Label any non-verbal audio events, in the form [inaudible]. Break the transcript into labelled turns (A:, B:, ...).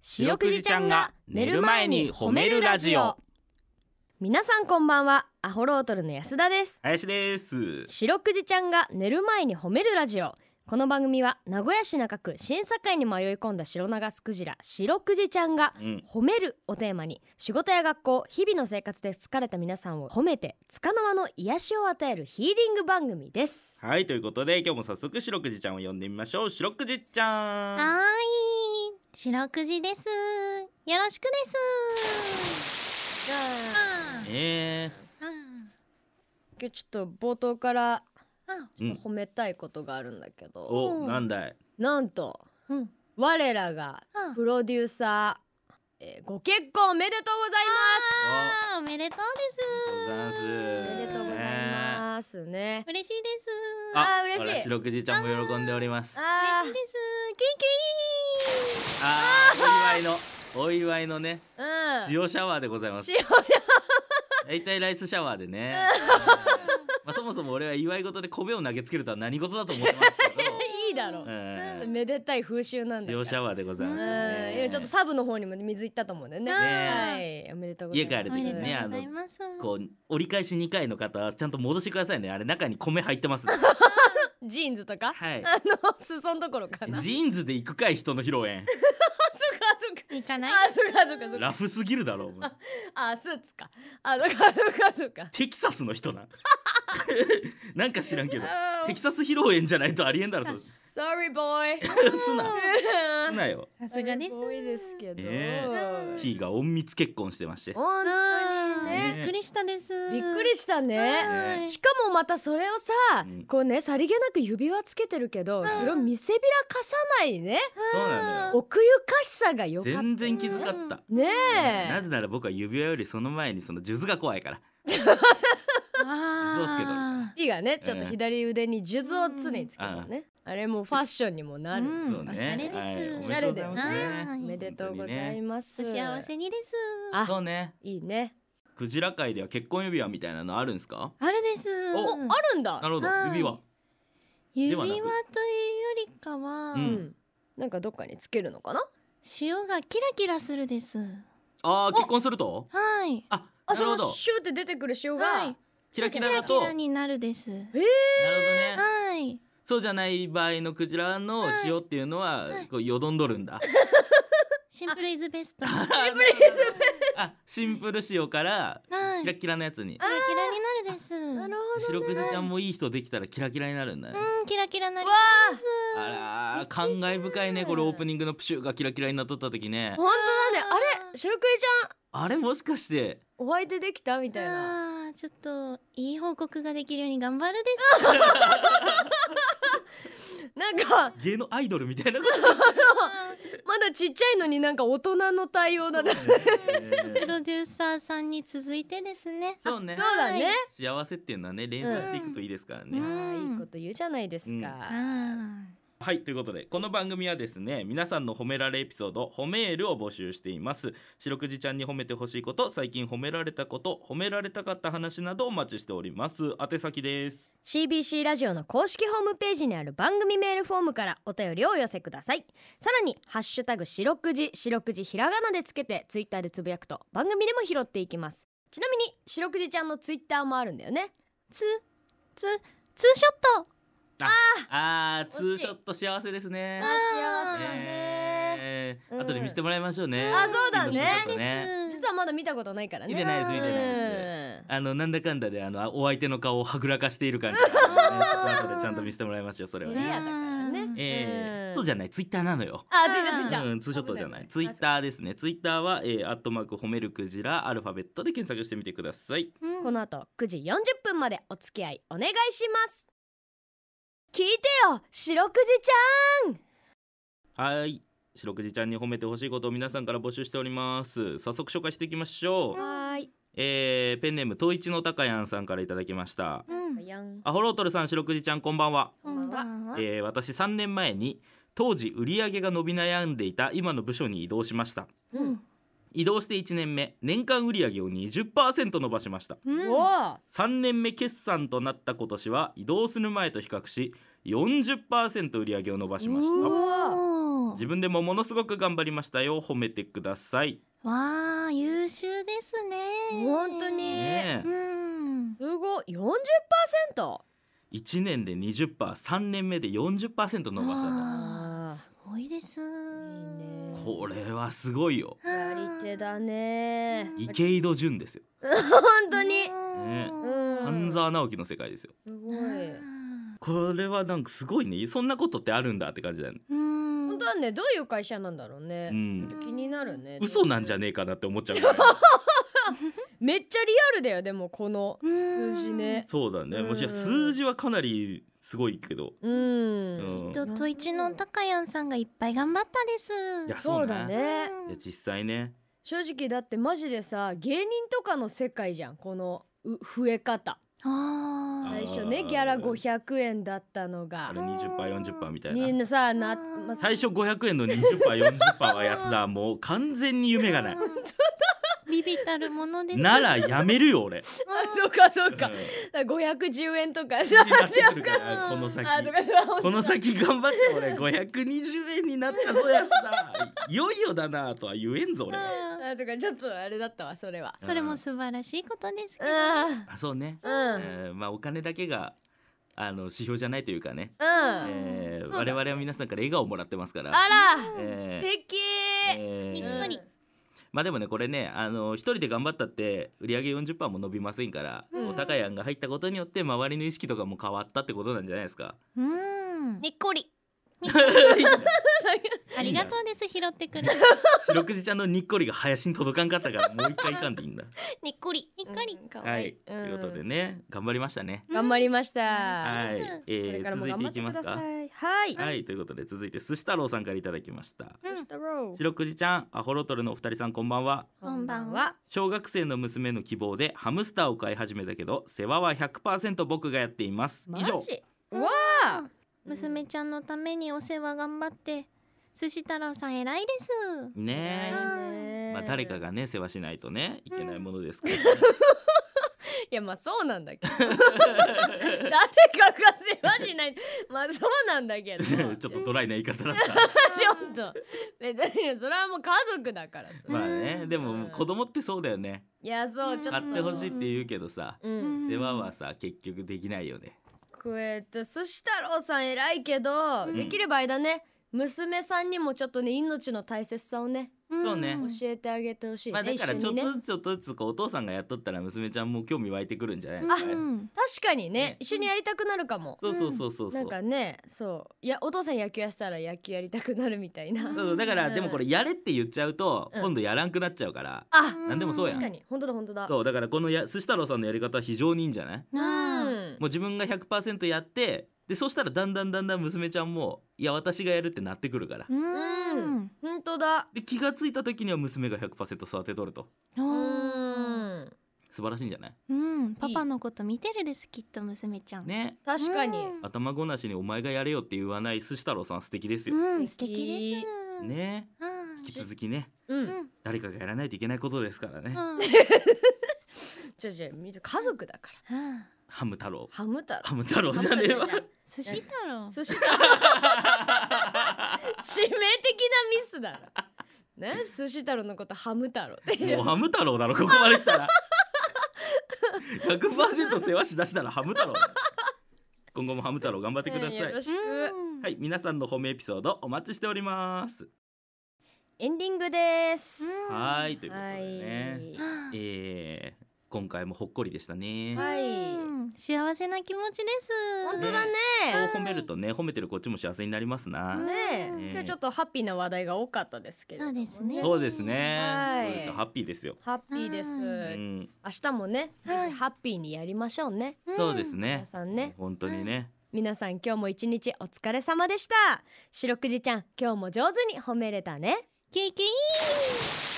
A: 白くじちゃんが寝る前に褒めるラジオ
B: 皆さんこんばんはアホロートルの安田です
A: 林です
B: 白くじちゃんが寝る前に褒めるラジオこの番組は名古屋市中区審査会に迷い込んだ白長スクジラ白くじちゃんが
A: うん
B: 褒めるをテーマに仕事や学校日々の生活で疲れた皆さんを褒めて束の間の癒しを与えるヒーリング番組です
A: はいということで今日も早速白くじちゃんを呼んでみましょう白くじちゃん
C: はーい、白くじです。よろしくです。あ
A: え
C: ーあ
B: 今日ちょっと冒頭から
C: ーあ
A: ー、うん
B: 褒めたいことがあるんだけど、
A: お
C: うん
A: なんだい
B: なんと
C: うん
B: 我らが
C: あ
B: プロデューサー、えーご結婚おめでとうございます
C: あーおめでとうです。
B: お
A: おめ
B: めでとうございますね
C: 嬉しいです。
B: あー嬉しい
A: ほら白くじちゃんも喜んでおりますあ
B: あ
C: 嬉しいです。キ
A: ーお祝いのお祝いのね
B: あうん
A: 塩シャワーでございます
B: 塩
A: 大体ライスシャワーでねまあそもそも俺は祝い事で米を投げつけるとは何事だと思ってますけど
B: いいだろ
A: う、ん
B: めでたい風習なんだから
A: 塩シャワーでございます
B: うん
A: ね
B: 今ちょっとサブの方にも水いったと思うんだよね
A: ね
B: はいおめでとうございます
A: 家帰る
C: ンキー。おめで
A: 時
C: と
A: に
C: う
A: ね
C: ございます。
A: こう折り返し2回の方はちゃんと戻してくださいねあれ中に米入ってます
B: ジーンズと [laughs] か
A: はい
B: あの裾のところかな
A: ジーンズで行くかい人の披露
B: あ
A: 宴 [laughs]
B: そっかそっか
C: 行かない。
B: あそっかそっかそっか
A: ラフすぎるだろうお前
B: あスーツかあそっかそっかそっか
A: テキサスの [laughs] 人ななんか知らんけど
B: あー
A: テキサス披露宴じゃないとありえんだろそれ
B: Sorry [laughs] boy
A: すなすなよ
C: さすがです。
B: ごいですけど、
A: ね
C: え
A: ヒーが隠密結婚してまして
B: 本当に
C: ね
B: ね
C: びっくりしたです。
B: びっくりしたね
C: はい
B: しかもまたそれをさ、
A: うん
B: こうねさりげなく指輪つけてるけど、
C: ん
B: それを見せびらかさないね
A: そうなのよ
B: 奥ゆかしさがよかった
A: 全然気づかった
B: ねえ
A: なぜなら僕は指輪よりその前にその数珠が怖いから
C: あー。
A: 嘘つけとる
B: いいがねちょっと左腕に数珠を常につけたね、あれもファッションにもなる、
C: うん
A: そう
C: おしゃれ
A: ね
C: です
A: はいお
B: おし
A: め
B: ゃ
A: でと
B: れ
A: うご
B: で
A: ざい
B: ね
A: ますね
B: おめで
C: はい
B: とうございます、
C: お幸せにです。
B: あ
A: そうね
B: いいね
A: クジラ界では結婚指輪みたいなのあるんですか
C: あれです。
A: お
B: あるんだ
A: なるほど
C: はい
A: 指輪
C: 指
A: は
C: 輪
A: なく
C: というよりかは、
A: う
B: うんん、なんかどっかにつけるのかな
C: 塩がキラキラするです。
A: あー結婚すると
C: はい。
A: あ
B: あ
A: なる
B: そ
A: ほ
B: の
A: ど
B: シューって出てくる塩が、
C: はい。
A: キラキラ
C: キ
A: だ
C: ラキ
A: とな
C: ラ
A: る
C: になるです。
A: ほどね
C: はい。
A: そうじゃない場合のクジラの塩っていうのは
C: はい
A: こうよどんどるんだ
C: シンプルイズベスト。
A: あ
C: は
A: ーあシンプル塩から
C: い。
A: キ
C: キ
A: ラキラ
C: ラキ
A: のやつに
C: ラになるです。
B: なる
C: う
B: ほど
A: 白くじちゃんもいい人できたらキラキラになるんだね
C: ん、キラキラなり
B: わ。
A: あらー感慨深いねこれオープニングのプシューがキラキラになっとった時ね
B: 本当だねあれ白くじちゃん
A: あれもしかして
B: お相手できたみたいな
C: あーちょっといい報告ができるように頑張るで
B: なんか
A: 芸能アイドルみたいなこと
B: まだちっちゃいのになんか大人の対応だね
C: す。 [laughs] プロデューサーさんに続いてですね。
A: そうね
B: そうだね
A: 幸せっていうのはね連鎖していくといいですからね、
C: うん
B: あーいいこと言うじゃないですか、
C: あー
A: はいということでこの番組はですね皆さんの褒められエピソード褒めールを募集しています白くじちゃんに褒めてほしいこと最近褒められたこと褒められたかった話などお待ちしております宛先です
B: CBC ラジオの公式ホームページにある番組メールフォームからお便りをお寄せくださいさらに「ハッシュタグ四六時四六時ひらがな」でつけてツイッターでつぶやくと番組でも拾っていきますちなみに四六時ちゃんのツイッターもあるんだよね
C: ツーツーツーショット。
A: あー
B: 惜しい
A: ツーショット幸せですね
B: 幸
C: せだ
A: ね
B: うん
A: 後で見せてもらいましょうね、
B: あそうだね
A: いいのツーショット
B: 実はまだ見たことないからね
A: 見てないです見てないで
B: うん
A: あのなんだかんだであのお相手の顔をはぐらかしている感じが、ね、後でちゃんと見せてもらいましょうそれは
B: レ
A: ね、
B: アだからね
A: え
B: う
A: ー、
B: ん
A: そうじゃないツイッターなのよ
B: あ、ついたついた。
A: うん、ツーショットじゃない。ツイッ
B: ー。
A: ターですね。ツイッターは、えー、アットマーク褒めるクジラアルファベットで検索してみてください。
C: うん
B: この後9時40分までお付き合いお願いします。聞いてよ、白くじち
A: はい。白くじちゃんに褒めてほしいことを皆さんから募集しております。早速紹介していきましょ
B: ゃ
A: う。
B: ん。はーい。
A: えー、ペンネーム東一の高やんさんからいただきました。
C: うん
B: やん。
A: アホロートルさん、白くじちゃん、こんばんは。
C: こんばんは。
A: えー、私3年前に当時売り上げが伸び悩んでいた今の部署に移動しました。
B: うん。
A: 移動して1年目、年間売り上げを20%伸ばしました。
C: うん
B: おー
A: 3年目決算となった今年は移動する前と比較し40%売り上げを伸ばしまし
B: う
A: た
B: わ
C: おお
A: 自分でもものすごく頑張りましたよ褒めてください、
C: わあ優秀ですね
B: 本当に
A: ね
C: う
A: え
C: ん
B: すごい 40%!
A: 1年で 20%3 年目で40%伸ばしたと
C: あーすごいですいい
B: ね
A: これはすごいよ
B: やり手だね
C: うん
A: 池井戸潤ですよ
B: 本当に
A: ね
B: うん
A: 半沢直樹の世界ですよ
B: すごい
A: これはなんかすごいねそんなことってあるんだって感じだよね
C: うん
B: 本当はねどういう会社なんだろうね
A: う、ん
B: 気になるね
A: 嘘なんじゃねえかなって思っちゃうぐらい
B: めっちゃリアルだよでもこの
C: うん
B: 数字ね
A: そうだねもしや数字はかなりすごいけど
B: うん、
A: うん
C: とトイチの高やんさんがいっぱい頑張ったです
A: いや
B: そうだね
A: いや実際ね
B: 正直だってマジでさ芸人とかの世界じゃんこのう増え方
C: あ
A: は
C: ー
B: 最
A: い
B: 初ね
A: あー
B: ギャラ500円だったの
A: あ
B: が
A: れ20パー40パーみたい
B: みん
A: な
B: なさな、
C: あー
B: まあ
A: 最初500円の20パー40パーは安田もう完全に夢がない
C: 本当だビビたるものです
A: ならやめるよ俺
B: あ [laughs] そうかそう
A: う
B: か
A: ん、
B: 510円とか
A: 気
B: さ
A: になってくるからこの先
B: あとかさ
A: この先頑張って俺520円になったぞ安田いよいよだなとは言えんぞ俺あ
B: あとかちょっとあれだったわそれは
C: それも素晴らしいことですけど
B: うん
A: そうね、
B: うん
A: えーまあお金だけがあの指標じゃないというかね、
B: うん
A: えー
B: そうだ
A: 我々は皆さんから笑顔をもらってますから
B: あら素
A: えー
B: 敵
A: えー
C: にっこり
A: まあでもねこれねあの一人で頑張ったって売り上げ40%も伸びませんから、
B: うん
A: お高い案が入ったことによって周りの意識とかも変わったってことなんじゃないで
B: [laughs]
A: すか
C: うん
B: にっこり
A: いいね
C: ありがとうです拾ってくれて
A: 白くじちゃんのにっこりが林に届かんかったからもう一回いかんでいいんだ
C: にっこりにっこり
B: うんか
A: は
B: わ
A: い、と
B: ん
A: いうことでね頑張りましたね
B: [laughs] 頑張りました、
C: は
A: はいい、
B: こ
A: え
B: れか
A: ー、
B: らも
A: 続い
B: 頑
A: て
B: 張
A: い
B: って
A: き
B: く
A: ます
B: だ
A: か
B: さ
A: はい
B: はい
A: い、ということで続いて寿司太郎さんからいただきました
C: うん
B: そしたら
A: 白くじちゃんアホロトルのお二人さんこんばんは
B: こんばんは
A: 小学生の娘の希望でハムスターを飼い始めたけど世話は100%僕がやっています以上
B: うわあ
C: 娘ちゃんのためにお世話頑張って寿司太郎さん偉い [laughs] です
A: ね
C: は
A: え、まあ、誰かがね世話しないとねいけないものですから、ね
B: いやまあそうなんだけ
A: [laughs]
B: ど [laughs] 誰かが世話しないまあそうなんだけどちょっ
A: [laughs] ち
B: と
A: ょっとドライな言い方だった
B: 別にそれはもう家族だからさ
A: まあねでも
B: うん
A: 子供ってそうだよね
B: いやそうちょっと
A: 買ってほしいって言うけどさ
B: う
C: うんん
A: 世話はさ結局できないよね
B: こうやって寿司太郎さん偉いけど、
A: うん
B: できればあれだね娘さんにもちょっとね命の大切さをね、
A: そうね
C: ん
B: 教えてあげてほしいね、
A: まあだから
B: 一
A: ちょ
B: 緒
A: っ
B: に
A: と
B: ね
A: ずつちょっとずつこうお父さんがやっとったら娘ちゃんも興味湧いてくるんじゃないですかね
C: うん
B: 確かにね
A: ね
B: 一緒にやりたくなるかも、
A: そうそうそうそうそ
B: な
A: うん
B: かねそういやお父さん野球やってたら野球やりたくなるみたいな、
A: そうそうだからでもこれやれって言っちゃうと
B: うん
A: 今度やらんくなっちゃうから
B: あ
A: なんでもそうやん
B: 確かに本当だ本当だ
A: そうだからこのや寿司太郎さんのやり方は非常にいいんじゃない
C: なあ
B: ん
A: もう自分が100%やってでそうしたらだんだんだんだん娘ちゃんもいや私がやるってなってくるから
C: うん
B: 本当だ
A: で気がついた時には娘が100%育てとると
C: う
B: うんん
A: 素晴らしいんじゃない
C: うんパパのこと見てるですきっと娘ちゃん
A: ね
B: 確かに、
C: うん
A: 頭ごなしにお前がやれよって言わない寿司太郎さん素敵ですよ、
C: うん
B: 素
C: 素
B: 敵
C: 敵です
A: ね
C: う
A: 引
C: ん
A: き続きね
B: うん
C: うん
A: 誰かがやらないといけないことですからね、
C: [laughs] うん
B: ちょちょみんな家族だから
C: うん
A: ハム太郎
B: ハム太郎
A: ハム太郎じゃねえわ
B: ハム太郎じゃん
C: 寿司太郎
B: 寿司致命的なミスだろね寿司太郎のことハム太郎って言
A: も
B: う
A: うハム太郎だろここまで来たら100%世話しだしたらハム太郎今後もハム太郎頑張ってください、
B: よろしく、
C: うん
A: はい皆さんの褒めエピソードお待ちしております、
B: エンディングです、
C: うん
A: はいということでね、
C: うん
A: えー、今回もほっこりでしたね、
B: はい
C: うん幸せな気持ちです
B: 本当だね
A: 人を褒めるとね褒めてるこっちも幸せになりますな、
C: うん
B: ね
C: うん
B: 今日ちょっとハッピーな話題が多かったですけれども、ね、
C: そうですね
A: そうですね。
B: はい
A: そうですよハッピーですよ。
B: ハッピーです、
C: うん
A: うん、
B: 明日もね、
C: はい
B: ハッピーにやりましょうね
C: うん
A: そうです
B: 皆
A: ね。
B: さんね
A: 本当にね。
B: 皆さん今日も一日お疲れ様でした白くじちゃん今日も上手に褒めれたね
C: キュイキュイ